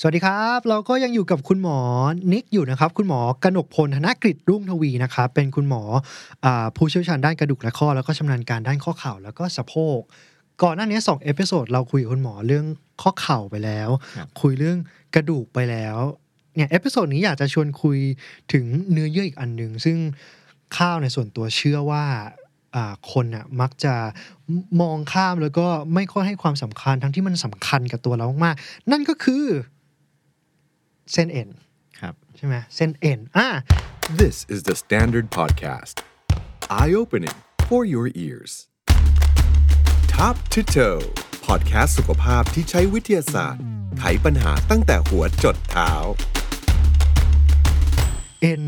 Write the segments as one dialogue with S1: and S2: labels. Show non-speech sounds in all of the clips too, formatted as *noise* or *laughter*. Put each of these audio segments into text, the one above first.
S1: สวัสดีครับ เราก็ยังอยู่กับคุณหมอนิกอยู่นะครับ คุณหมอกนกพลธนกฤษรุ่งทวีนะครับ เป็นคุณหมออาผู้เชี่ยวชาญด้านกระดูกและข้อ แล้วก็ชำนาญการด้านข้อเข่าแล้วก็สะโพก ก่อนหน้านี้2เอพิโซดเราคุยกับคุณหมอเรื่องข้อเข่าไปแล้ว
S2: ครับ
S1: คุยเรื่องกระดูกไปแล้วเนี่ยเอพิโซดนี้อยากจะชวนคุยถึงเนื้อเยื่ออีกอันหนึ่งซึ่งข้าวในยส่วนตัวเชื่อว่าอ่าคนน่ะมักจะมองข้ามแล้วก็ไม่ค่อยให้ความสำคัญทั้งที่มันสำคัญกับตัวเรามากๆนั่นก็คือ เส้นเอ็น
S2: ครับ
S1: ใช่ไหมเส้นเอ็นอ่ะ
S3: This is the Standard Podcast. Eye opening for your ears. Top to toe. Podcast สุขภาพที่ใช้วิทยาศาสตร์ ไขปัญหาตั้งแต่หัวจดเท้า
S1: เอ็น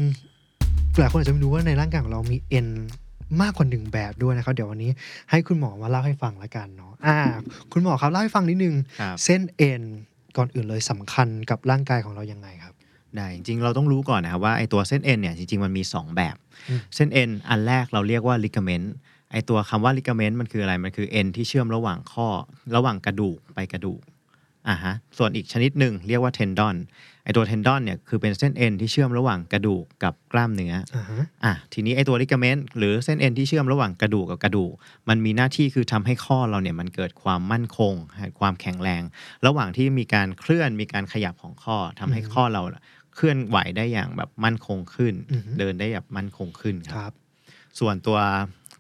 S1: หลายคนอาจจะไม่รู้ว่าในร่างกายของเรามีเอ็นมากกว่าหนึ่งแบบด้วยนะครับ เดี๋ยววันนี้ให้คุณหมอมาเล่าให้ฟังละกันเนาะอ่า คุณหมอครับเล่าให้ฟังนิดนึง
S2: ครับ
S1: เส้นเอ็นก่อนอื่นเลยสำคัญกับร่างกายของเรายังไงครับ
S2: ได้จริงๆ เราต้องรู้ก่อนนะครับว่าไอตัวเส้นเอ็นเนี่ยจริงๆ มันมี 2 แบบ
S1: อืม
S2: เส้นเอ็นอันแรกเราเรียกว่า ligament ไอตัวคำว่า ligament มันคืออะไร มันคือเอ็นที่เชื่อมระหว่างข้อ ระหว่างกระดูกไปกระดูกอ่าฮะส่วนอีกชนิดหนึ่งเรียกว่า tendon ไอตัว tendon เนี่ยคือเป็นเส้นเอ็นที่เชื่อมระหว่างกระดูกกับกล้ามเนื้อ
S1: อ่าฮะ
S2: อ่ะทีนี้ไอตัวลิกาเมนต์หรือเส้นเอ็นที่เชื่อมระหว่างกระดูกกับกระดูก มันมีหน้าที่คือทำให้ข้อเราเนี่ยมันเกิดความมั่นคงความแข็งแรง ระหว่างที่มีการเคลื่อนมีการขยับของข้อทำให้
S1: อืม
S2: ข้อเราเคลื่อนไหวได้อย่างแบบมั่นคงขึ้น
S1: อือฮึ
S2: เดินได้แบบมั่นคงขึ้นค
S1: ครับ รับ
S2: ส่วนตัว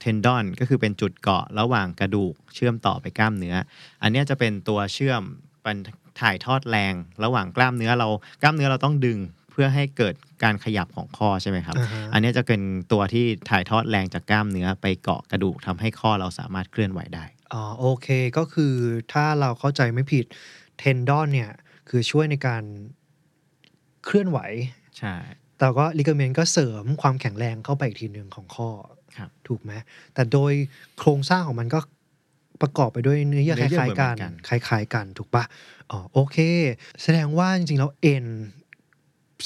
S2: เทนดอนก็คือเป็นจุดเกาะระหว่างกระดูกเชื่อมต่อไปกล้ามเนื้อ อันเนี้ยจะเป็นตัวเชื่อมเป็นถ่ายทอดแรง ระหว่างกล้ามเนื้อเรากล้ามเนื้อเราต้องดึงเพื่อให้เกิดการขยับของข้อใช่ไหมครับ
S1: อ่าฮะ
S2: อันเนี้ยจะเป็นตัวที่ถ่ายทอดแรงจากกล้ามเนื้อไปเกาะกระดูกทำให้ข้อเราสามารถเคลื่อนไหวได้
S1: อ๋อโอเคก็คือถ้าเราเข้าใจไม่ผิดเทนดอนเนี่ยคือช่วยในการเคลื่อนไหว
S2: ใช่
S1: แต่ก็ลิกาเมนก็เสริมความแข็งแรงเข้าไปอีกทีหนึ่งของข้อ
S2: ครับ
S1: ถูกไหมแต่โดยโครงสร้างของมันก็ประกอบไปด้วยเนื้อเยื่อคล้ายๆกัน คล้ายๆ กันถูกปะอ๋อโอเค แสดงว่าจริงๆแล้วเอ็น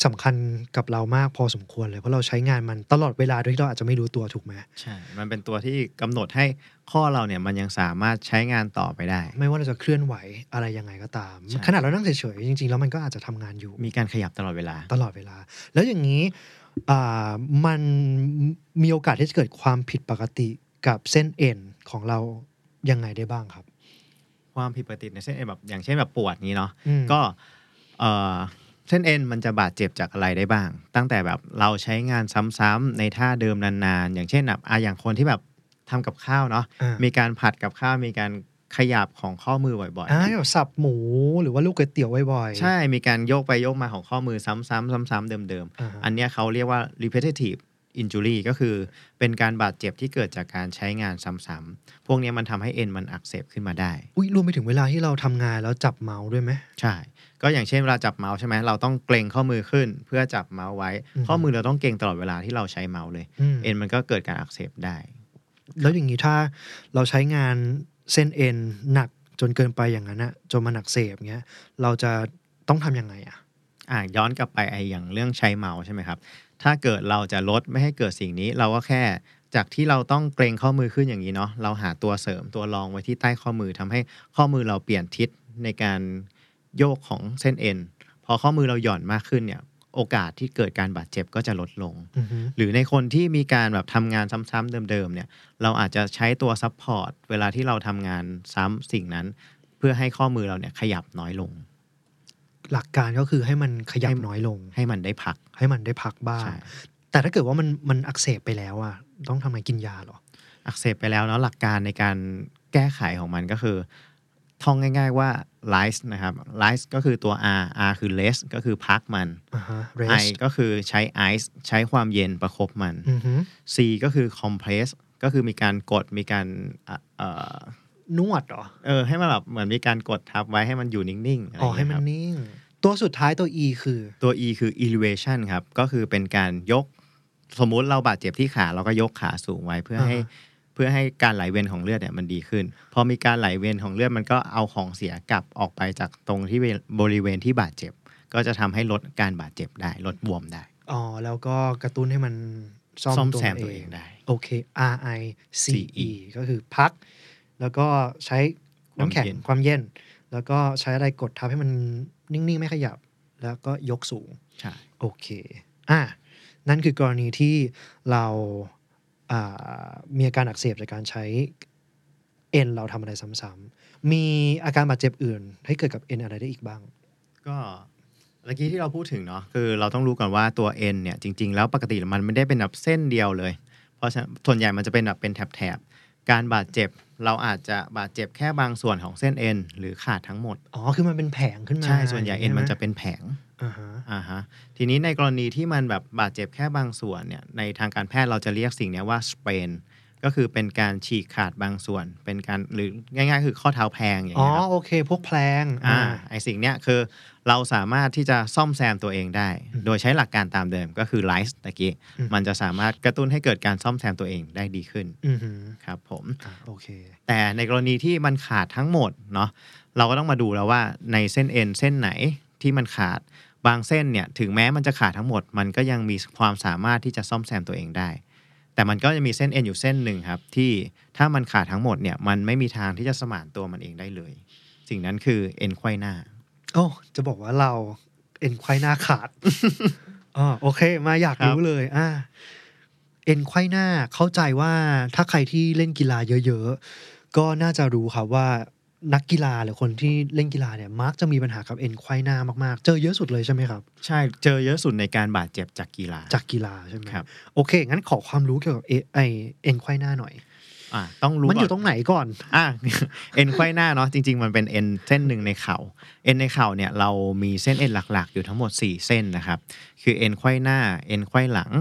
S1: สำคัญกับเรามากพอสมควรเลย เพราะเราใช้งานมันตลอดเวลาโดยที่เราอาจจะไม่รู้ตัวถูกไหม
S2: ใช่ มันเป็นตัวที่กำหนดให้ข้อเราเนี่ยมันยังสามารถใช้งานต่อไปได้
S1: ไม่ว่าเราจะเคลื่อนไหวอะไรยังไงก็ตาม
S2: ใช่
S1: ขนาดเรานั่งเฉยๆจริงๆแล้วมันก็อาจจะทำงานอยู่
S2: มีการขยับตลอดเวลา
S1: ตลอดเวลา แล้วอย่างนี้อ่ามันมีโอกาสที่จะเกิดความผิดปกติกับเส้นเอ็นของเรายังไงได้บ้างครับ
S2: ความผิดปกติในเส้นเอ็นแบบอย่างเช่นแบบปวดนี้เนาะ
S1: อืม
S2: ก็เอ่อเส้นเอ็นมันจะบาดเจ็บจากอะไรได้บ้าง ตั้งแต่แบบเราใช้งานซ้ำๆในท่าเดิมนานๆ อย่างเช่นแบบอ่ะอย่างคนที่แบบทำกับข้าวเนาะ
S1: อ่ามี
S2: มีการผัดกับข้าวมีการขยับของข้อมือบ่อย
S1: อ่าแบบสับหมูหรือว่าลูกก๋วยเตี๋ยวบ่อย
S2: ๆ
S1: ๆ
S2: ใช่มีการโยกไปโยกมาของข้อมือซ้ำๆซ้ำๆเดิม
S1: อ่า
S2: ๆ อันเนี้ยเขาเรียกว่า repetitive injury ก็คือเป็นการบาดเจ็บที่เกิดจากการใช้งานซ้ำๆพวกเนี้ยมันทำให้เอ็นมันอักเสบขึ้นมาได้
S1: อุ้ยรวมไปถึงเวลาที่เราทำงานแล้วจับเมาส์ด้วยไหม
S2: ใช่ ก็อย่างเช่นเวลาจับเมาส์ใช่ไหมเราต้องเกรงข้อมือขึ้นเพื่อจับเมาส์ไว้
S1: อือฮึ
S2: ข้อมือเราต้องเกรงตลอดเวลาที่เราใช้เมาส์เลย
S1: อืม
S2: เอ็นมันก็เกิดการอักเสบได้
S1: แล้วอย่างนี้ถ้าเราใช้งานเส้นเอ็นหนักจนเกินไปอย่างนั้นนะจนมันหนักเสพเงี้ยเราจะต้องทำยังไงอ่ะ
S2: อ่ะย้อนกลับไปไออย่างเรื่องใช้เมาส์ใช่ไหมครับ ถ้าเกิดเราจะลดไม่ให้เกิดสิ่งนี้ เราก็แค่จากที่เราต้องเกรงข้อมือขึ้นอย่างนี้เนาะเราหาตัวเสริมตัวรองไว้ที่ใต้ข้อมือทำให้ข้อมือเราเปลี่ยนทิศในการโยกของเส้นเอ็นพอข้อมือเราหย่อนมากขึ้นเนี่ยโอกาสที่เกิดการบาดเจ็บก็จะลดลง
S1: อือฮึ
S2: หรือในคนที่มีการแบบทำงานซ้ำๆเดิมๆเนี่ยเราอาจจะใช้ตัวซัพพอร์ตเวลาที่เราทำงานซ้ำสิ่งนั้น เพื่อให้ข้อมือเราเนี่ยขยับน้อยลง
S1: หลักการก็คือให้มันขยับ
S2: ให้
S1: น้อยลง
S2: ให้มันได้พัก
S1: ให้มันได้พักบ้าง
S2: ใช่
S1: แต่ถ้าเกิดว่ามันมันอักเสบไปแล้วอะต้องทำไงกินยาเหรอ
S2: อักเสบไปแล้วเนาะหลักการในการแก้ไขของมันก็คือ ท่องง่ายๆว่า l i s e นะครับ l i s e ก็คือตัว R R คือ rest ก็คือพักมัน
S1: อ่าฮะ
S2: I
S1: rest
S2: ก็คือใช้ ice ใช้ความเย็นประคบมัน
S1: อือฮึ
S2: C ก็คือ compress ก็คือมีการกดมีการอ่ะเอ่อ
S1: นวดเหรอ
S2: เออให้มันแบบเหมือนมีการกดทับไว้ให้มันอยู่นิ่งๆะไร
S1: อ๋อ
S2: ย่าง
S1: ให้
S2: เงี้ย
S1: มั
S2: คนรับ
S1: นิ่ง ตัวสุดท้ายตัว E คือ
S2: ตัว E คือ elevation ครับ ก็คือเป็นการยก สมมุติเราบาดเจ็บที่ขาเราก็ยกขาสูงไว้เพื่อให้
S1: อ่าฮะ
S2: เพื่อให้การไหลเวียนของเลือดเนี่ยมันดีขึ้น พอมีการไหลเวียนของเลือดมันก็เอาของเสียกลับออกไปจากตรงที่เวบริเวณที่บาดเจ็บ ก็จะทำให้ลดการบาดเจ็บได้ ลดบวมได้
S1: อ๋อ แล้วก็กระตุ้นให้มันซ่อม
S2: ซ่อม
S1: ตัว
S2: แซมตัว
S1: เอ
S2: เอง งได้
S1: โอเค R I C
S2: C
S1: E
S2: E
S1: ก็คือพัก แล้วก็ใช้น้ำแข็ง
S2: ความเย็น
S1: ความเย็น แล้วก็ใช้อะไรกดทับให้มันนิ่ง ๆ ไม่ขยับ แล้วก็ยกสูง
S2: ใช่
S1: โอเค อ่ะ นั่นคือกรณีที่เราอ่ามีอาการอักเสบจากการใช้เอ็นเราทำอะไรซ้ำๆ มีอาการบาดเจ็บอื่น ให้เกิดกับเอ็นอะไรได้อีกบ้าง
S2: ก็เมื่อกี้ที่เราพูดถึงเนาะคือเราต้องรู้ก่อนว่าตัว N เนี่ยจริง ๆ แล้วปกติมันไม่ได้เป็นแบบเส้นเดียวเลย เพราะฉะนั้นส่วนใหญ่มันจะเป็นแบบเป็นแถบๆการบาดเจ็บเราอาจจะบาดเจ็บแค่บางส่วนของเส้น N หรือขาดทั้งหมด
S1: อ๋อ คือมันเป็นแผงขึ้นมา
S2: ใช่ส่วนใหญ่ N
S1: ไ
S2: มันจะเป็นแผง
S1: อ่าฮะ
S2: อ่าฮะทีนี้ในกรณีที่มันแบบบาดเจ็บแค่บางส่วนเนี่ยในทางการแพทย์เราจะเรียกสิ่งเนี้ยว่าสเปนก็คือเป็นการฉีกขาดบางส่วน เป็นการหรือง่ายๆ คือข้อเท้าแพลงอย่าง
S1: อ๋อ
S2: เงี้ยครับ
S1: โอเค พวกแพลง
S2: อ่าไอสิ่งเนี้ยคือเราสามารถที่จะซ่อมแซมตัวเองได้
S1: อืม
S2: โดยใช้หลักการตามเดิมก็คือไลฟ์ตะกี้
S1: อืม
S2: มันจะสามารถกระตุ้นให้เกิดการซ่อมแซมตัวเองได้ดีขึ้น
S1: อือหือ
S2: ครับผม
S1: อ่าโอเค
S2: แต่ในกรณีที่มันขาดทั้งหมดเนาะเราก็ต้องมาดูแล้วว่าในเส้นเอ็นเส้นไหนที่มันขาดบางเส้นเนี่ยถึงแม้มันจะขาดทั้งหมด มันก็ยังมีความสามารถที่จะซ่อมแซมตัวเองได้ แต่มันก็จะมีเส้นเอ็นอยู่เส้นหนึ่งครับ ที่ถ้ามันขาดทั้งหมดเนี่ยมันไม่มีทางที่จะสมานตัวมันเองได้เลย สิ่งนั้นคือเอ็นไขว้หน้า
S1: โอ้ จะบอกว่าเราเอ็นไขว้หน้าขาด
S2: *laughs*
S1: อ๋อโอเค มาอยาก
S2: ครับ
S1: รู้เลย อ่า เอ็นไขว้หน้าเข้าใจว่าถ้าใครที่เล่นกีฬาเยอะๆ ก็น่าจะรู้ครับว่านักกีฬาหรือคนที่เล่นกีฬาเนี่ยมักจะมีปัญหากับเอ็นไขว้หน้ามากๆ เจอเยอะสุดเลยใช่ไหมครับ
S2: ใช่เจอเยอะสุดในการบาดเจ็บจากกีฬา
S1: จากกีฬาใช่ไหม
S2: ครับ
S1: โอเค งั้นขอความรู้เกี่ยวกับเอไอเอ็นไขว้หน้าหน่อย
S2: อ่ะต้องรู้
S1: มันอยู่
S2: ก่
S1: ตรงไหนก่อน
S2: อ่ะ *laughs* เอ็นไขว้หน้าเนาะจริง ๆ มันเป็นเอ็นเส้นหนึ่งในเข่าเอ็นในเข่าเนี่ยเรามีเส้นเอ็นหลักๆ อยู่ทั้งหมด 4 เส้นนะครับ คือเอ็นไขว้หน้าเอ็นไขว้หลัง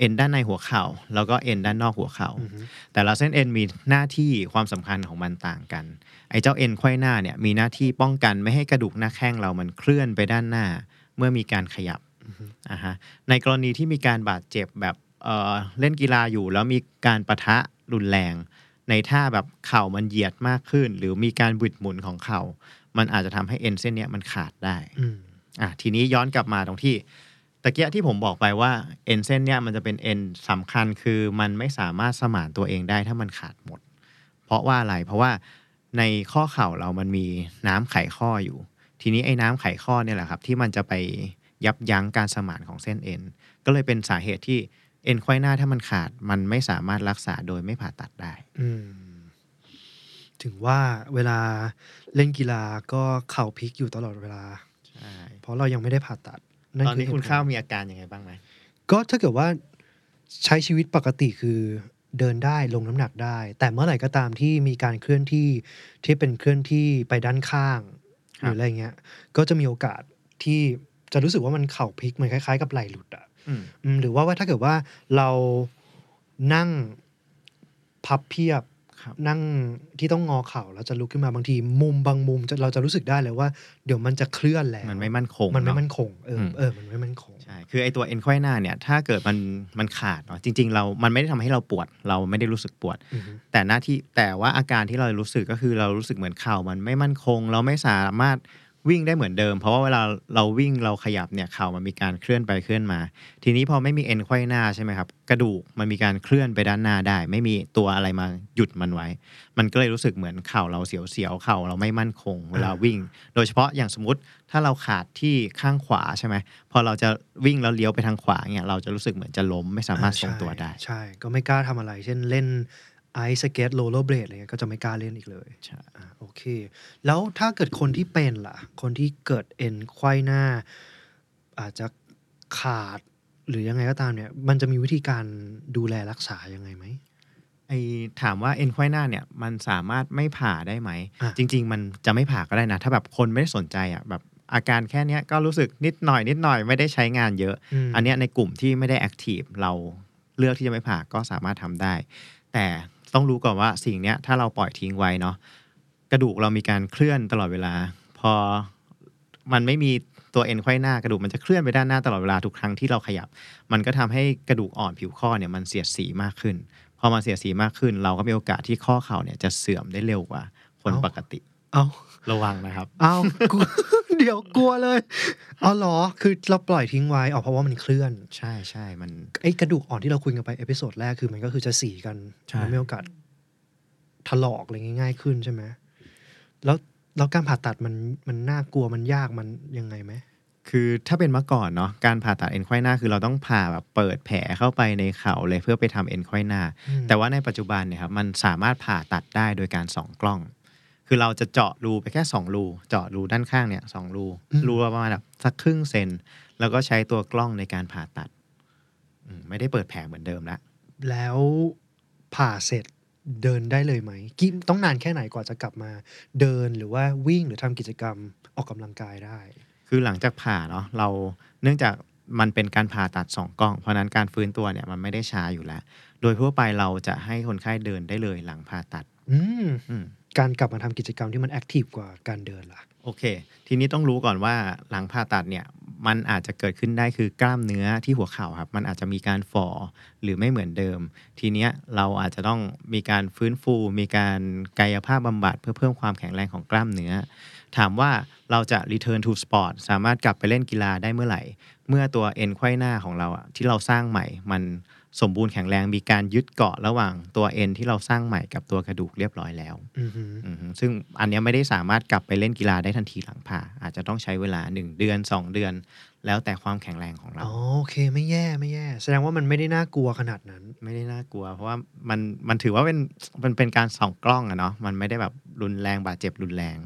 S2: เอ็นด้านในหัวเข่า แล้วก็เอ็นด้านนอกหัวเข่า
S1: อือฮึ
S2: แต่ละเส้นเอ็นมีหน้าที่ความสำคัญของมันต่างกัน ไอ้เจ้าเอ็นไขว้หน้าเนี่ยมีหน้าที่ป้องกันไม่ให้กระดูกหน้าแข้งเรามันเคลื่อนไปด้านหน้า เมื่อมีการขยับอ่าฮะในกรณีที่มีการบาดเจ็บแบบเอ่อเล่นกีฬาอยู่ แล้วมีการปะทะรุนแรง ในท่าแบบเข่ามันเหยียดมากขึ้น หรือมีการบิดหมุนของเข่า มันอาจจะทำให้เอ็นเส้นเนี้ยมันขาดได้
S1: อืม
S2: อ่ะทีนี้ย้อนกลับมาตรงที่ตะเกียะที่ผมบอกไปว่าเอ็นเส้นเนี่ยมันจะเป็นเอ็นสำคัญคือมันไม่สามารถสมานตัวเองได้ถ้ามันขาดหมด เพราะว่าอะไรเพราะว่าในข้อเข่าเรามันมีน้ำไขข้ออยู่ ทีนี้ไอ้น้ำไขข้อเนี่ยแหละครับที่มันจะไปยับยั้งการสมานของเส้นเอ็นก็เลยเป็นสาเหตุที่เอ็นไขว้หน้าถ้ามันขาด มันไม่สามารถรักษาโดยไม่ผ่าตัดได้
S1: อืม ถึงว่าเวลาเล่นกีฬาก็เข่าพลิกอยู่ตลอดเวลา เพราะเรายังไม่ได้ผ่าตัด
S2: ตอนนี้
S1: เห
S2: คุณ
S1: ผล
S2: ข้าวมีอาการยังไงบ้างไหม
S1: ก็ถ้าเกิดว่าใช้ชีวิตปกติคือเดินได้ลงน้ำหนักได้ แต่เมื่อไหร่ก็ตามที่มีการเคลื่อนที่ที่เป็นเคลื่อนที่ไปด้านข้าง หรืออะไรเงี้ย ก็จะมีโอกาสที่จะรู้สึกว่ามันเข่าพลิกมันคล้ายๆ กับไหลหลุดอ่ะ
S2: อืม
S1: อืมหรือว่าว่าถ้าเกิดว่าเรานั่งพับเพียบ
S2: ครับ
S1: นั่งที่ต้องงอเข่าแล้วจะลุกขึ้นมาบางที มุมบางมุมจะเราจะรู้สึกได้เลยว่า เดี๋ยวมันจะเคลื่อนแล้ว
S2: มันไม่มั่นคง
S1: มันไม่
S2: เอะ
S1: มั่นคงเอออ
S2: ม
S1: เออมันไม่มั่นคง
S2: ใช่ คือไอตัวเอ็นไขว้หน้าเนี่ย ถ้าเกิดมันมันขาดเนาะ จริง ๆ เรา มันไม่ได้ทำให้เราปวด เราไม่ได้รู้สึกปวด
S1: อือฮึ
S2: แต่หน้าที่ แต่ว่าอาการที่เรารู้สึกก็คือเรารู้สึกเหมือนเข่ามันไม่มั่นคง เราไม่สามารถวิ่งได้เหมือนเดิม เพราะว่าเวลาเราวิ่งเราขยับเนี่ย เข่ามันมีการเคลื่อนไปเคลื่อนมา ทีนี้พอไม่มีเอ็นไขว้หน้าใช่ไหมครับ กระดูกมันมีการเคลื่อนไปด้านหน้าได้ ไม่มีตัวอะไรมาหยุดมันไว้ มันก็เลยรู้สึกเหมือนเข่าเราเสียวๆ เข่าเราไม่มั่นคง เวลาวิ่ง โดยเฉพาะอย่างสมมติถ้าเราขาดที่ข้างขวาใช่ไหม พอเราจะวิ่งแล้วเลี้ยวไปทางขวาเนี่ยเราจะรู้สึกเหมือนจะล้มไม่สามารถทรงตัวได้
S1: ใช่ ก็ไม่กล้าทำอะไร เช่นเล่นไอซ์สเก็ตโรลเลอร์เบลดอะไรเงี้ยก็จะไม่กล้าเล่นอีกเลย
S2: ใช่
S1: อ่ะโอเค แล้วถ้าเกิดคนที่เป็นล่ะ คนที่เกิดเอ็นไขว้หน้า อาจจะขาดหรือยังไงก็ตามเนี่ย มันจะมีวิธีการดูแลรักษายังไงไหม
S2: ไอถามว่าเอ็นไขว้หน้าเนี่ยมันสามารถไม่ผ่าได้ไหม
S1: อ่ะ
S2: จริง ๆ มันจะไม่ผ่าก็ได้นะ ถ้าแบบคนไม่ได้สนใจอ่ะแบบอาการแค่เนี้ยก็รู้สึกนิดหน่อยนิดหน่อยไม่ได้ใช้งานเยอะ
S1: ม
S2: อันเนี้ยในกลุ่มที่ไม่ได้แอคทีฟเราเลือกที่จะไม่ผ่าก็สามารถทำได้ แต่ต้องรู้ก่อนว่าสิ่งเนี้ยถ้าเราปล่อยทิ้งไว้เนาะกระดูกเรามีการเคลื่อนตลอดเวลา พอมันไม่มีตัวเอ็นไขว้หน้ากระดูกมันจะเคลื่อนไปด้านหน้าตลอดเวลาทุกครั้งที่เราขยับ มันก็ทำให้กระดูกอ่อนผิวข้อเนี่ยมันเสียดสีมากขึ้น พอมันเสียดสีมากขึ้น เราก็มีโอกาสที่ข้อเข่าเนี่ยจะเสื่อมได้เร็วกว่าคนปกติ
S1: เอา
S2: ระวังนะครับ
S1: เอา *laughs* กลัว เดี๋ยวกลัวเลย เอาเหรอ คือเราปล่อยทิ้งไว้อ๋อเพราะว่ามันเคลื่อน
S2: ใช่ใช่มัน
S1: ไอ้กระดูกอ่อนที่เราคุยกันไปเอพิโซดแรกคือมันก็คือจะสีกัน
S2: ใช่
S1: มันไม่โอกาสถลอกอะไรง่ายๆขึ้นใช่ไหมแล้ว แล้วการผ่าตัดมันมันน่ากลัวมันยากมันยังไงไหม
S2: คือถ้าเป็นเมื่อก่อนเนาะการผ่าตัดเอ็นไขว้หน้าคือเราต้องผ่าแบบเปิดแผลเข้าไปในเข่าเลยเพื่อไปทำเอ็นไขว้หน้า
S1: อืม
S2: แต่ว่าในปัจจุบันเนี่ยครับมันสามารถผ่าตัดได้โดยการส่องกล้อง คือเราจะเจาะรูไปแค่สองรูเจาะรูด้านข้างเนี่ยสองรู
S1: อืม
S2: รูละประมาณแบบสักครึ่งเซนแล้วก็ใช้ตัวกล้องในการผ่าตัดอืมไม่ได้เปิดแผลเหมือนเดิมละ
S1: แล้วผ่าเสร็จเดินได้เลยไหมกี่ต้องนานแค่ไหนกว่าจะกลับมาเดินหรือว่าวิ่งหรือทำกิจกรรมออกกำลังกายได้
S2: คือหลังจากผ่าเนาะเราเนื่องจากมันเป็นการผ่าตัดสองกล้อง เพราะฉะนั้นการฟื้นตัวเนี่ยมันไม่ได้ช้าอยู่แล้ว โดยทั่วไปเราจะให้คนไข้เดินได้เลยหลังผ่าตัด
S1: อืม
S2: อืม
S1: การกลับมาทำกิจกรรมที่มันแอคทีฟกว่าการเดินล่ะ
S2: โอเค ทีนี้ต้องรู้ก่อนว่าหลังผ่าตัดเนี่ยมันอาจจะเกิดขึ้นได้คือกล้ามเนื้อที่หัวเข่าครับ มันอาจจะมีการฝ่อหรือไม่เหมือนเดิม ทีเนี้ยเราอาจจะต้องมีการฟื้นฟู มีการกายภาพบำบัดเพื่อเพิ่มความแข็งแรงของกล้ามเนื้อ ถามว่าเราจะ return to sport สามารถกลับไปเล่นกีฬาได้เมื่อไหร่ เมื่อตัวเอ็นไขว้หน้าของเราอะที่เราสร้างใหม่ มันสมบูรณ์แข็งแรงมีการยึดเกาะระหว่างตัวเอ็นที่เราสร้างใหม่กับตัวกระดูกเรียบร้อยแล้ว
S1: อือหือ
S2: อือฮึซึ่งอันเนี้ยไม่ได้สามารถกลับไปเล่นกีฬาได้ทันทีหลังผ่า อาจจะต้องใช้เวลา 1 เดือน 2 เดือน แล้วแต่ความแข็งแรงของเรา
S1: อ๋อโอเคไม่แย่ไม่แย่ แสดงว่ามันไม่ได้น่ากลัวขนาดนั้น
S2: ไม่ได้น่ากลัว เพราะว่ามันมันถือว่าเป็นมันเป็นการส่องกล้องอะเนาะมันไม่ได้แบบรุนแรงบาดเจ็บรุนแรง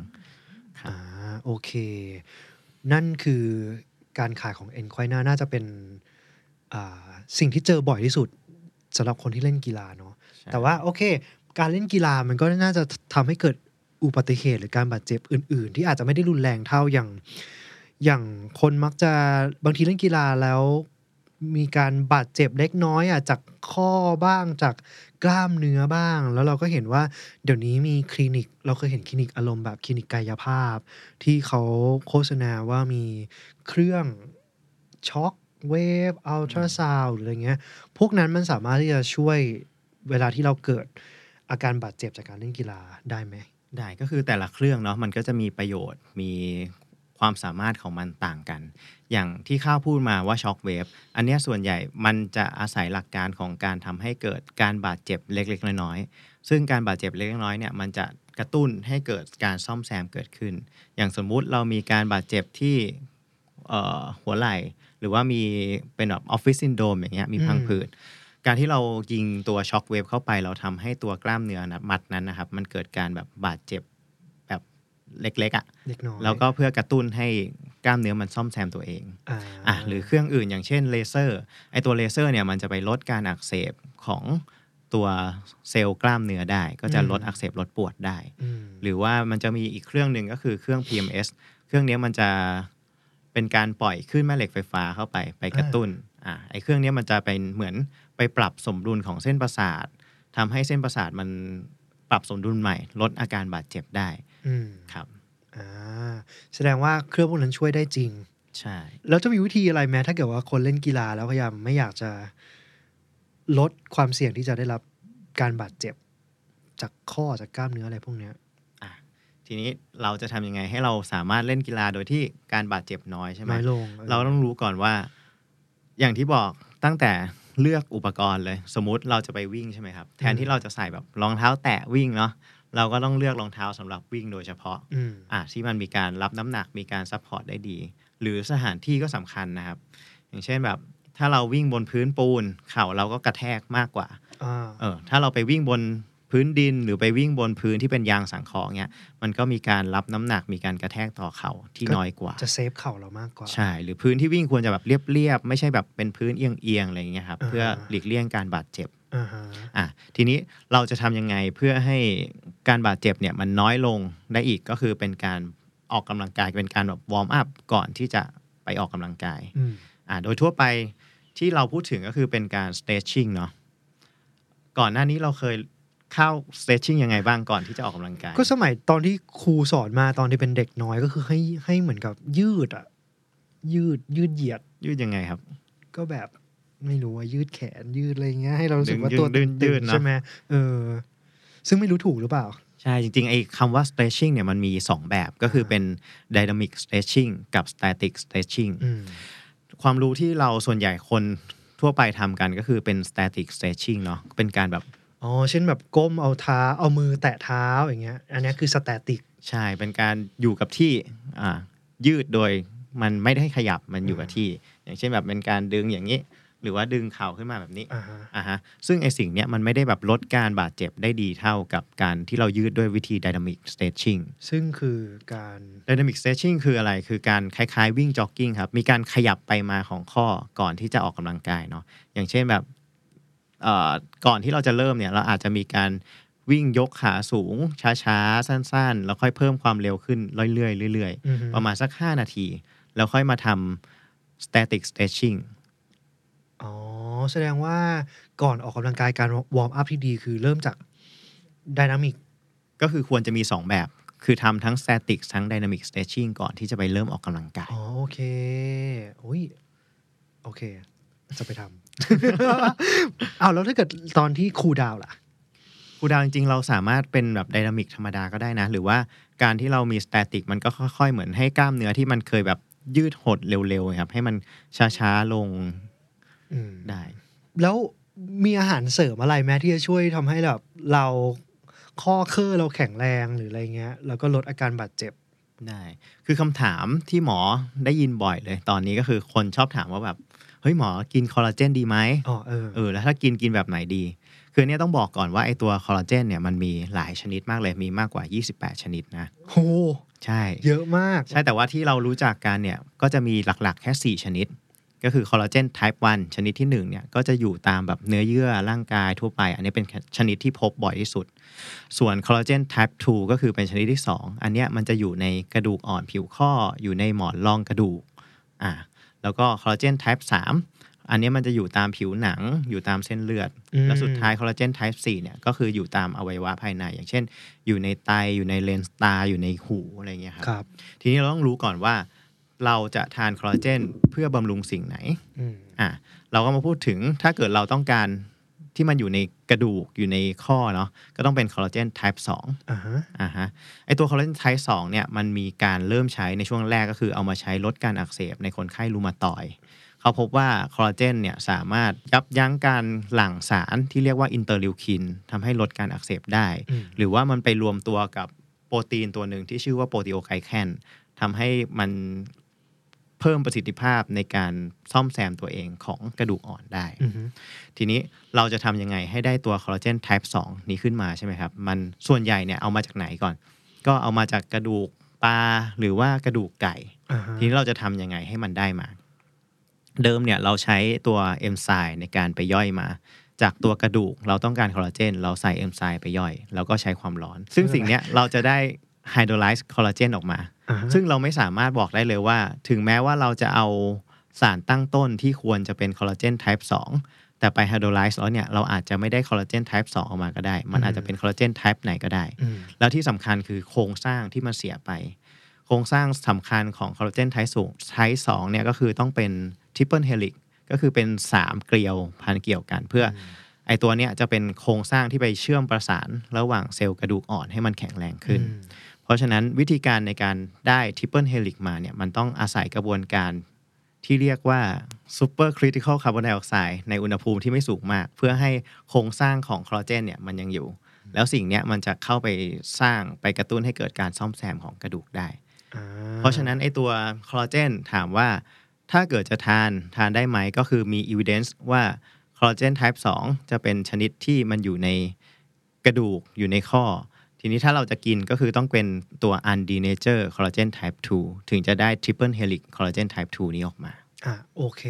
S2: ครับ
S1: อ่าโอเค นั่นคือการขายของเอ็นควายหน้าน่าจะเป็นอ่าสิ่งที่เจอบ่อยที่สุดสำหรับคนที่เล่นกีฬาเนาะ
S2: ใช่
S1: แต่ว่าโอเค การเล่นกีฬามันก็น่าจะทำให้เกิดอุบัติเหตุหรือการบาดเจ็บอื่น ๆ ที่อาจจะไม่ได้รุนแรงเท่าอย่าง อย่างคนมักจะบางทีเล่นกีฬาแล้ว มีการบาดเจ็บเล็กน้อยอ่ะจากข้อบ้างจากกล้ามเนื้อบ้าง แล้วเราก็เห็นว่า เดี๋ยวนี้มีคลินิก เราเคยเห็นคลินิกอารมณ์แบบคลินิกกายภาพ ที่เขาโฆษณาว่ามีเครื่องช็อคเวฟอัลตราซาวหรืออะไรเงี้ย พวกนั้นมันสามารถที่จะช่วยเวลาที่เราเกิดอาการบาดเจ็บจากการเล่นกีฬาได้ไหม
S2: ได้ก็คือแต่ละเครื่องเนาะมันก็จะมีประโยชน์มีความสามารถของมันต่างกัน อย่างที่ข้าวพูดมาว่าช็อคเวฟอันเนี้ยส่วนใหญ่มันจะอาศัยหลักการของการทำให้เกิดการบาดเจ็บเล็กๆ น้อยๆซึ่งการบาดเจ็บเล็กๆน้อยๆเนี่ยมันจะกระตุ้นให้เกิดการซ่อมแซมเกิดขึ้น อย่างสมมุติเรามีการบาดเจ็บที่เอ่อหัวไหล่ หรือว่ามีเป็นแบบออฟฟิศซินโดมอย่างเงี้ยมีพัง
S1: อืม
S2: ผืด การที่เรายิงตัวช็อคเวฟเข้าไปเราทำให้ตัวกล้ามเนื้อนะมัดนั้นนะครับ มันเกิดการแบบบาดเจ็บแบบเล็กๆอะ่ะ
S1: เล็กน้อย
S2: แล้วก็เพื่อกระตุ้นให้กล้ามเนื้อมันซ่อมแซมตัวเอง
S1: อ่า
S2: อ่ะหรือเครื่องอื่นอย่างเช่นเลเซอร์ไอตัวเลเซอร์เนี่ยมันจะไปลดการอักเสบของตัวเซลล์กล้ามเนื้อได้ ก็จะลดอักเสบลดปวดได้
S1: ม
S2: หรือว่ามันจะมีอีกเครื่องหนึ่งก็คือเครื่อง PMS เครื่องเนี้ยมันจะเป็นการปล่อยขึ้นแม่เหล็กไฟฟ้าเข้าไปไปกระตุ้น อ่า ไอเครื่องเนี้ยมันจะเป็นเหมือนไปปรับสมดุลของเส้นประสาททำให้เส้นประสาทมันปรับสมดุลใหม่ ลดอาการบาดเจ็บได้
S1: อืม
S2: ครับ
S1: อ่าแสดงว่าเครื่องพวกนั้นช่วยได้จริง
S2: ใช่
S1: แล้วจะมีวิธีอะไรไหมถ้าเกิดว่าคนเล่นกีฬาแล้วพยายามไม่อยากจะลดความเสี่ยงที่จะได้รับการบาดเจ็บ จากข้อจากกล้ามเนื้ออะไรพวกเนี้ย
S2: อ่ะทีนี้เราจะทำยังไงให้เราสามารถเล่นกีฬาโดยที่การบาดเจ็บน้อยใช่ไหม
S1: ไม่ลงออ
S2: เราต้องรู้ก่อนว่า อย่างที่บอกตั้งแต่เลือกอุปกรณ์เลย สมมติเราจะไปวิ่งใช่ไหมครับ แทนที่เราจะใส่แบบรองเท้าแตะวิ่งเนาะเราก็ต้องเลือกรองเท้าสำหรับวิ่งโดยเฉพาะ
S1: อืม
S2: อ่ะที่มันมีการรับน้ำหนักมีการซัพพอร์ตได้ดี หรือสถานที่ก็สำคัญนะครับ อย่างเช่นแบบถ้าเราวิ่งบนพื้นปูน เข่าเราก็กระแทกมากกว่า
S1: อ่า
S2: เออถ้าเราไปวิ่งบนพื้นดินหรือไปวิ่งบนพื้นที่เป็นยางสังเคราะห์เนี่ยมันก็มีการรับน้ำหนักมีการกระแทกต่อเข่าที่น้อยกว่า
S1: จะเซฟเข่าเรามากกว่า
S2: ใช่ หรือพื้นที่วิ่งควรจะแบบเรียบๆ ไม่ใช่แบบเป็นพื้นเอียงๆ อะไรอย่างเงี้ยครับ
S1: อ่า
S2: เพื่อหลีกเลี่ยงการบาดเจ็บ
S1: อ่าฮะ
S2: อ่ะ ทีนี้เราจะทำยังไงเพื่อให้การบาดเจ็บเนี่ยมันน้อยลงได้อีกก็คือเป็นการออกกำลังกายเป็นการแบบวอร์มอัพก่อนที่จะไปออกกำลังกาย
S1: อืม
S2: อ่าโดยทั่วไปที่เราพูดถึงก็คือเป็นการ stretching เนาะ ก่อนหน้านี้เราเคยเข้า stretching ยังไงบ้างก่อนที่จะออกกำลังกาย
S1: ก็สมัยตอนที่ครูสอนมาตอนที่เป็นเด็กน้อยก็คือให้ให้เหมือนกับยืดอะยืดยืดเหยียด
S2: ยืดยังไงครับ
S1: ก็แบบไม่รู้ว่ายืดแขนยืดอะไรเงี้ยให้เรารู้สึกว่า
S2: ดึง
S1: ตัวตึ
S2: ยืดยืด
S1: งๆ
S2: เนอะ
S1: ใช่ไหมเออ ซึ่งไม่รู้ถูกหรือเปล่า
S2: ใช่ จริงๆ ไอ้คำว่า stretching เนี่ยมันมี 2 แบบก็คือเป็น dynamic stretching กับ static stretching
S1: อืม
S2: ความรู้ที่เราส่วนใหญ่คนทั่วไปทำกันก็คือเป็น static stretching เนาะเป็นการแบบ
S1: อ๋อเช่นแบบก้มเอาเท้าเอามือแตะเท้าอย่างเงี้ย อันเนี้ยคือสแตติก
S2: ใช่ เป็นการอยู่กับที่อ่ายืดโดยมันไม่ได้ขยับมันอยู่กับที่ อย่างเช่นแบบเป็นการดึงอย่างนี้ หรือว่าดึงเข่าขึ้นมาแบบนี้
S1: อ่าฮะ
S2: อ่าฮะซึ่งไอสิ่งเนี้ยมันไม่ได้แบบลดการบาดเจ็บได้ดีเท่ากับการที่เรายืดด้วยวิธี dynamic stretching
S1: ซึ่งคือการ
S2: dynamic stretching คืออะไร คือการคล้ายๆวิ่งจ็อกกิ้งครับ มีการขยับไปมาของข้อก่อนที่จะออกกำลังกายเนาะ อย่างเช่นแบบเอ่อก่อนที่เราจะเริ่มเนี่ย เราอาจจะมีการวิ่งยกขาสูง ช้าๆ สั้นๆ แล้วค่อยเพิ่มความเร็วขึ้นเรื่อยๆเรื่อย
S1: อือฮึ
S2: ๆ ประมาณสัก 5 นาที แล้วค่อยมาทำ static stretching
S1: อ๋อแสดงว่าก่อนออกกำลังกายการวอร์มอัพที่ดีคือเริ่มจากดินามิก
S2: ก็คือควรจะมี 2 แบบ คือทำทั้ง static ทั้ง dynamic stretching ก่อนที่จะไปเริ่มออกกำลังกาย
S1: อ๋อโอเคอุ้ยโอเค จะไปทำ *laughs* อ้าวแล้วถ้าเกิดตอนที่คูลดาวน์ล่ะ
S2: ครูดาวจริงๆ เราสามารถเป็นแบบไดนามิกธรรมดาก็ได้นะ หรือว่าการที่เรามีสแตติกมันก็ค่อย ๆ เหมือนให้กล้ามเนื้อที่มันเคยแบบยืดหดเร็วๆครับ ให้มันช้าๆ ลง
S1: อืม
S2: ได้
S1: แล้วมีอาหารเสริมอะไรไหมที่จะช่วยทำให้แบบเราข้อเคลื่อเราแข็งแรงหรืออะไรเงี้ย แล้วก็ลดอาการบาดเจ็บ
S2: ได้ คือคำถามที่หมอได้ยินบ่อยเลย ตอนนี้ก็คือคนชอบถามว่าแบบ เฮ้ยหมอกินคอลลาเจนดีไหม
S1: อ๋อเออ
S2: เออแล้วถ้ากินกินแบบไหนดี คือเนี่ยต้องบอกก่อนว่าไอตัวคอลลาเจนเนี่ยมันมีหลายชนิดมากเลยมีมากกว่า 28 ชนิดนะ
S1: โห
S2: ใช่
S1: เยอะมาก
S2: ใช่แต่ว่าที่เรารู้จักกันเนี่ยก็จะมีหลักๆ แค่ 4 ชนิด ก็คือคอลลาเจน type 1 ชนิดที่1เนี่ยก็จะอยู่ตามแบบเนื้อเยื่อร่างกายทั่วไป อันนี้เป็นชนิดที่พบบ่อยที่สุด ส่วนคอลลาเจน type 2 ก็คือเป็นชนิดที่ 2 อันเนี้ยมันจะอยู่ในกระดูกอ่อนผิวข้ออยู่ในหมอนรองกระดูกอ่าแล้วก็คอลลาเจน type 3 อันเนี้ยมันจะอยู่ตามผิวหนังอยู่ตามเส้นเลือด
S1: อืม
S2: แล้วสุดท้ายคอลลาเจน type 4เนี่ยก็คืออยู่ตามอวัยวะภายใน อย่างเช่น อยู่ในไตอยู่ในเลนส์ตาอยู่ในหูอะไรเงี้ยครับ
S1: ครับ
S2: ทีนี้เราต้องรู้ก่อนว่าเราจะทานคอลลาเจนเพื่อบำรุงสิ่งไหน
S1: อืม
S2: อ่ะเราก็มาพูดถึงถ้าเกิดเราต้องการที่มันอยู่ในกระดูกอยู่ในข้อเนาะก็ต้องเป็นคอลลาเจน type 2
S1: อ่าฮะ
S2: อ่าฮะไอตัวคอลลาเจน type 2เนี่ยมันมีการเริ่มใช้ในช่วงแรกก็คือเอามาใช้ลดการอักเสบในคนไข้รูมาตอยด์เขาพบว่าคอลลาเจนเนี่ยสามารถยับยั้งการหลั่งสารที่เรียกว่าอินเตอร์ลิวคินทำให้ลดการอักเสบได้
S1: อืม
S2: หรือว่ามันไปรวมตัวกับโปรตีนตัวหนึ่งที่ชื่อว่าโปรตีโอไกแคนทำให้มันเพิ่มประสิทธิภาพในการซ่อมแซมตัวเองของกระดูกอ่อนได้
S1: อือฮึ
S2: ทีนี้เราจะทำยังไงให้ได้ตัวคอลลาเจน type 2 นี้ขึ้นมาใช่ไหมครับ มันส่วนใหญ่เนี่ยเอามาจากไหนก่อน ก็เอามาจากกระดูกปลาหรือว่ากระดูกไก่
S1: อ่าฮะ
S2: ทีนี้เราจะทำยังไงให้มันได้มา เดิมเนี่ยเราใช้ตัวเอนไซม์ในการไปย่อยมา จากตัวกระดูกเราต้องการคอลลาเจนเราใส่เอนไซม์ไปย่อย แล้วก็ใช้ความร้อน ซึ่งสิ่งเนี้ยเราจะได้ไฮโดรไลซ์คอลลาเจนออกมา
S1: อ่าฮะ
S2: ซึ่งเราไม่สามารถบอกได้เลยว่า ถึงแม้ว่าเราจะเอาสารตั้งต้นที่ควรจะเป็นคอลลาเจน type 2 แต่ไปไฮโดรไลซ์แล้วเนี่ยเราอาจจะไม่ได้คอลลาเจน type 2 ออกมาก็ได้ มันอาจจะเป็นคอลลาเจน type ไหนก็ได้
S1: อืม
S2: แล้วที่สำคัญคือโครงสร้างที่มันเสียไป โครงสร้างสำคัญของคอลลาเจนไทสูงไทสองเนี่ยก็คือต้องเป็นทริปเปิลเฮลิกก็คือเป็น 3 เกลียวพันเกี่ยวกัน เพื่ออไอตัวเนี้ยจะเป็นโครงสร้างที่ไปเชื่อมประสานระหว่างเซลล์กระดูกอ่อนให้มันแข็งแรงขึ้น
S1: อืม
S2: เพราะฉะนั้นวิธีการในการได้ทริปเปิลเฮลิกมาเนี่ยมันต้องอาศัยกระบวนการที่เรียกว่าซูเปอร์คริติคอลคาร์บอนไดออกไซด์ในอุณหภูมิที่ไม่สูงมาก เพื่อให้โครงสร้างของคอลลาเจนเนี่ยมันยังอยู่ แล้วสิ่งเนี้ยมันจะเข้าไปสร้างไปกระตุ้นให้เกิดการซ่อมแซมของกระดูกได้
S1: อ่า
S2: เพราะฉะนั้นไอตัวคอลลาเจนถามว่าถ้าเกิดจะทานทานได้ไหมก็คือมี evidence ว่าคอลลาเจน type 2 จะเป็นชนิดที่มันอยู่ในกระดูกอยู่ในข้อ ทีนี้ถ้าเราจะกินก็คือต้องเป็นตัว undenature collagen type 2 ถึงจะได้ triple helix collagen type 2 นี้ออกมา
S1: อ่ะโอเค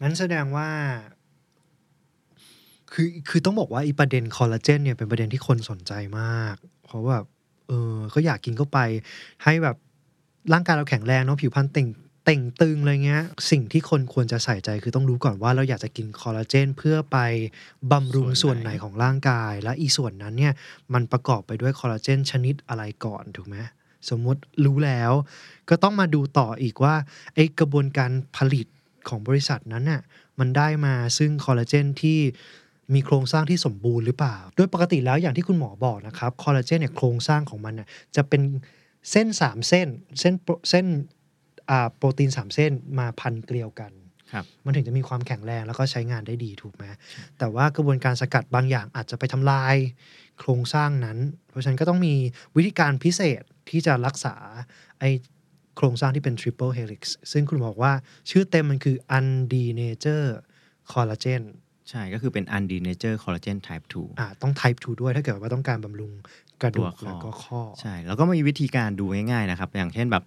S1: งั้นแสดงว่า คือคือต้องบอกว่าไอีประเด็นคอลลาเจนเนี่ยเป็นประเด็นที่คนสนใจมาก เพราะแบบเออก็อยากกินเข้าไป ให้แบบร่างกายเราแข็งแรงเนาะผิวพรรณเต่งเต่งตึงอะไรเงี้ย สิ่งที่คนควรจะใส่ใจคือต้องรู้ก่อนว่าเราอยากจะกินคอลลาเจนเพื่อไปบำรุง
S2: ส่
S1: ส่ว
S2: วน น
S1: ไห
S2: ไห
S1: น
S2: น
S1: ของร่างกาย และอีส่วนนั้นเนี่ย มันประกอบไปด้วยคอลลาเจนชนิดอะไรก่อนถูกไหมสมมติรู้แล้ว ก็ต้องมาดูต่ออีกว่าไอกระบวนการผลิตของบริษัทนั้นน่ะมันได้มาซึ่งคอลลาเจนที่มีโครงสร้างที่สมบูรณ์หรือเปล่า โดยปกติแล้วอย่างที่คุณหมอบอกนะครับคอลลาเจนเนี่ยโครงสร้างของมันน่ะจะเป็นเส้น 3 เส้น เส้นโปรเส้นอ่าโปรตีน 3 เส้นมาพันเกลียวกัน
S2: ครับ
S1: มันถึงจะมีความแข็งแรงแล้วก็ใช้งานได้ดีถูกไหมแต่ว่ากระบวนการสกัดบางอย่างอาจจะไปทำลาย โครงสร้างนั้น เพราะฉะนั้นก็ต้องมีวิธีการพิเศษที่จะรักษาไอโครงสร้างที่เป็น triple helix ซึ่งคุณหมอบอกว่าชื่อเต็มมันคือ undenature collagen
S2: ใช่ก็คือเป็น undenatured collagen type 2
S1: อ่าต้อง type 2 ด้วยถ้าเกิดว่าต้องการบำรุงกระดูก
S2: ตัวข้อ
S1: แล้วก็ข้อ
S2: ใช่ แล้วก็มีวิธีการดูง่ายๆนะครับ อย่างเช่นแบบ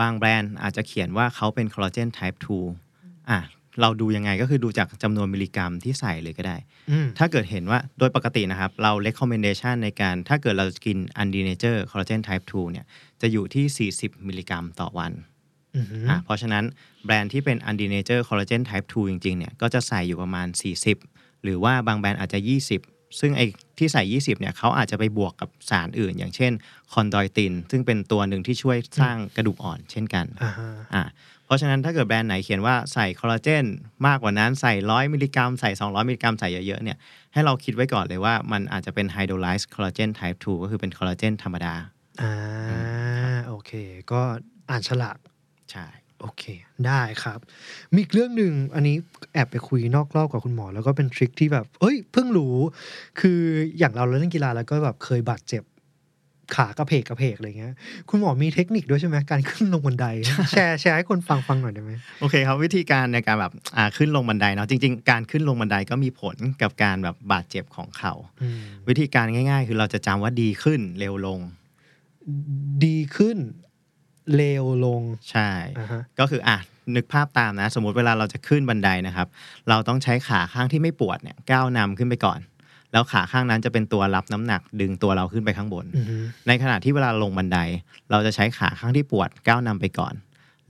S2: บางแบรนด์อาจจะเขียนว่าเขาเป็นคอลลาเจน type 2 อ่ะ เราดูยังไงก็คือดูจากจำนวนมิลลิกรัมที่ใส่เลยก็ได้
S1: อืม
S2: ถ้าเกิดเห็นว่าโดยปกตินะครับ เรา recommendation ในการถ้าเกิดเราจะกิน undenature collagen type 2 เนี่ย จะอยู่ที่ 40 มิลลิกรัมต่อวัน
S1: อือหือ
S2: อ่ะเพราะฉะนั้นแบรนด์ที่เป็น undenature collagen type 2 จริงๆ เนี่ย ก็จะใส่อยู่ประมาณ 40 หรือว่าบางแบรนด์อาจจะ 20 ซึ่งไอ้ที่ใส่ 20 เนี่ยเขาอาจจะไปบวกกับสารอื่น อย่างเช่นคอนโดอยติน ซึ่งเป็นตัวหนึ่งที่ช่วยสร้างกระดูกอ่อนเช่นกัน
S1: อ่าฮะ
S2: อ่ะเพราะฉะนั้นถ้าเกิดแบรนด์ไหนเขียนว่าใส่คอลลาเจนมากกว่านั้นใส่ 100 มิลลิกรัม ใส่ 200 มิลลิกรัม ใส่เยอะๆ เนี่ย ให้เราคิดไว้ก่อนเลยว่ามันอาจจะเป็นไฮโดรไลซ์คอลลาเจน type 2 ก็คือเป็นคอลลาเจนธรรมดา
S1: อ่าโอเค ก็อ่านฉลาก
S2: ใช่
S1: โอเค ได้ครับ มีอีกเรื่องหนึ่งอันนี้แอบไปคุยนอกรอบกับคุณหมอ แล้วก็เป็นทริคที่แบบ เอ้ย เพิ่งรู้ คืออย่างเราเล่นกีฬาแล้วก็แบบเคยบาดเจ็บ ขากระเพกกระเพกอะไรเงี้ย คุณหมอมีเทคนิคด้วยใช่ไหมการขึ้นลงบันได แชร์แชร์ให้คนฟังฟังหน่อยได้ไหม
S2: โอเคครับ วิธีการในการแบบอ่าขึ้นลงบันไดเนาะจริง ๆ การขึ้นลงบันไดก็มีผลกับการแบบบาดเจ็บของเขา่า
S1: อืม
S2: วิธีการง่าย ๆ คือเราจะจำว่าดีขึ้นเร็วลง
S1: ดีขึ้น เลวลง
S2: ใช่
S1: อ่าฮะ
S2: ก็คืออ่ะนึกภาพตามนะ สมมติเวลาเราจะขึ้นบันไดนะครับ เราต้องใช้ขาข้างที่ไม่ปวดเนี่ยก้าวนำขึ้นไปก่อน แล้วขาข้างนั้นจะเป็นตัวรับน้ำหนัก ดึงตัวเราขึ้นไปข้างบน
S1: อือฮึ
S2: ในขณะที่เวลาลงบันได เราจะใช้ขาข้างที่ปวดก้าวนำไปก่อน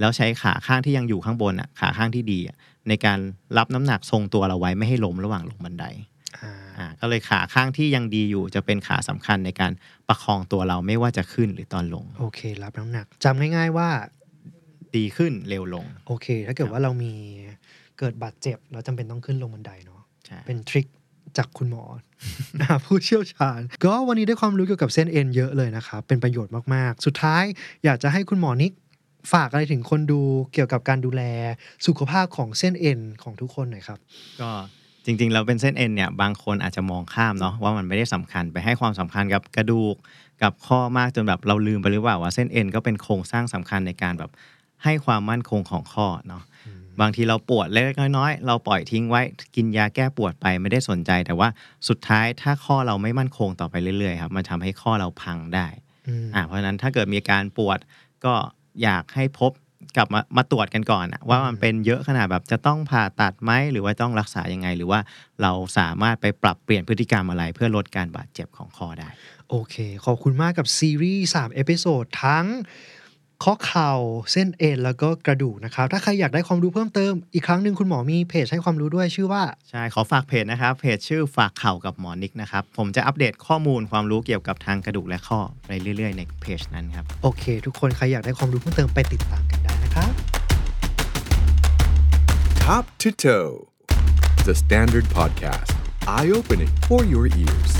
S2: แล้วใช้ขาข้างที่ยังอยู่ข้างบนอ่ะขาข้างที่ดีอะในการรับน้ำหนักทรงตัวเราไว้ไม่ให้ล้มระหว่างลงบันได
S1: อ่า
S2: อ่าก็เลยขาข้างที่ยังดีอยู่จะเป็นขาสำคัญในการประคองตัวเราไม่ว่าจะขึ้นหรือตอนลง
S1: โอเค รับน้ำหนักจำง่ายๆว่า
S2: ดีขึ้นเร็วลง
S1: โอเค ถ้าเกิดว่าเรามีเกิดบาดเจ็บ เราจำเป็นต้องขึ้นลงบันไดเนาะ
S2: ใช่
S1: เป็นทริคจากคุณหมอ *laughs* นะครับผู้เชี่ยวชาญ ก็วันนี้ได้ความรู้เกี่ยวกับเส้นเอ็นเยอะเลยนะครับ เป็นประโยชน์มาก ๆ สุดท้ายอยากจะให้คุณหมอนิกฝากอะไรถึงคนดูเกี่ยวกับการดูแลสุขภาพของเส้นเอ็นของทุกคนหน่อยครับ
S2: ก็จริงๆเราเป็นเส้นเอ็นเนี่ยบางคนอาจจะมองข้ามเนาะว่ามันไม่ได้สำคัญไปให้ความสำคัญกับกระดูกกับข้อมากจนแบบเราลืมไปหรือเปล่าว่าเส้นเอ็นก็เป็นโครงสร้างสำคัญในการแบบให้ความมั่นคงของข้อเนาะ บางทีเราปวดเล็กๆน้อยๆ เราปล่อยทิ้งไว้กินยาแก้ปวดไปไม่ได้สนใจ แต่ว่าสุดท้ายถ้าข้อเราไม่มั่นคงต่อไปเรื่อยๆครับมันทำให้ข้อเราพังได้
S1: อืม
S2: อ่าเพราะฉะนั้นถ้าเกิดมีอาการปวดก็อยากให้พบกลับมามาตรวจกันก่อนอะว่ามันเป็นเยอะขนาดแบบจะต้องผ่าตัดไหมหรือว่าต้องรักษายังไง หรือว่าเราสามารถไปปรับเปลี่ยนพฤติกรรมอะไร เพื่อลดการบาดเจ็บของคอได้
S1: โอเค ขอบคุณมากกับซีรีส์3เอพิโซดทั้งข้อเข่าเส้นเอ็นแล้วก็กระดูกนะครับ ถ้าใครอยากได้ความรู้เพิ่มเติมอีกครั้งหนึ่งคุณหมอมีเพจให้ความรู้ด้วยชื่อว่า
S2: ใช่ ขอฝากเพจนะครับ เพจชื่อฝากเข่ากับหมอนิกนะครับ ผมจะอัปเดตข้อมูลความรู้เกี่ยวกับทางกระดูกและข้อไปเรื่อยๆ ในเพจนั้นครับ
S1: โอเค ทุกคนใครอยากได้ความรู้เพิ่มเติมไปติดตามกันได้นะครับ
S3: Top to toe, the standard podcast, eye opening for your ears.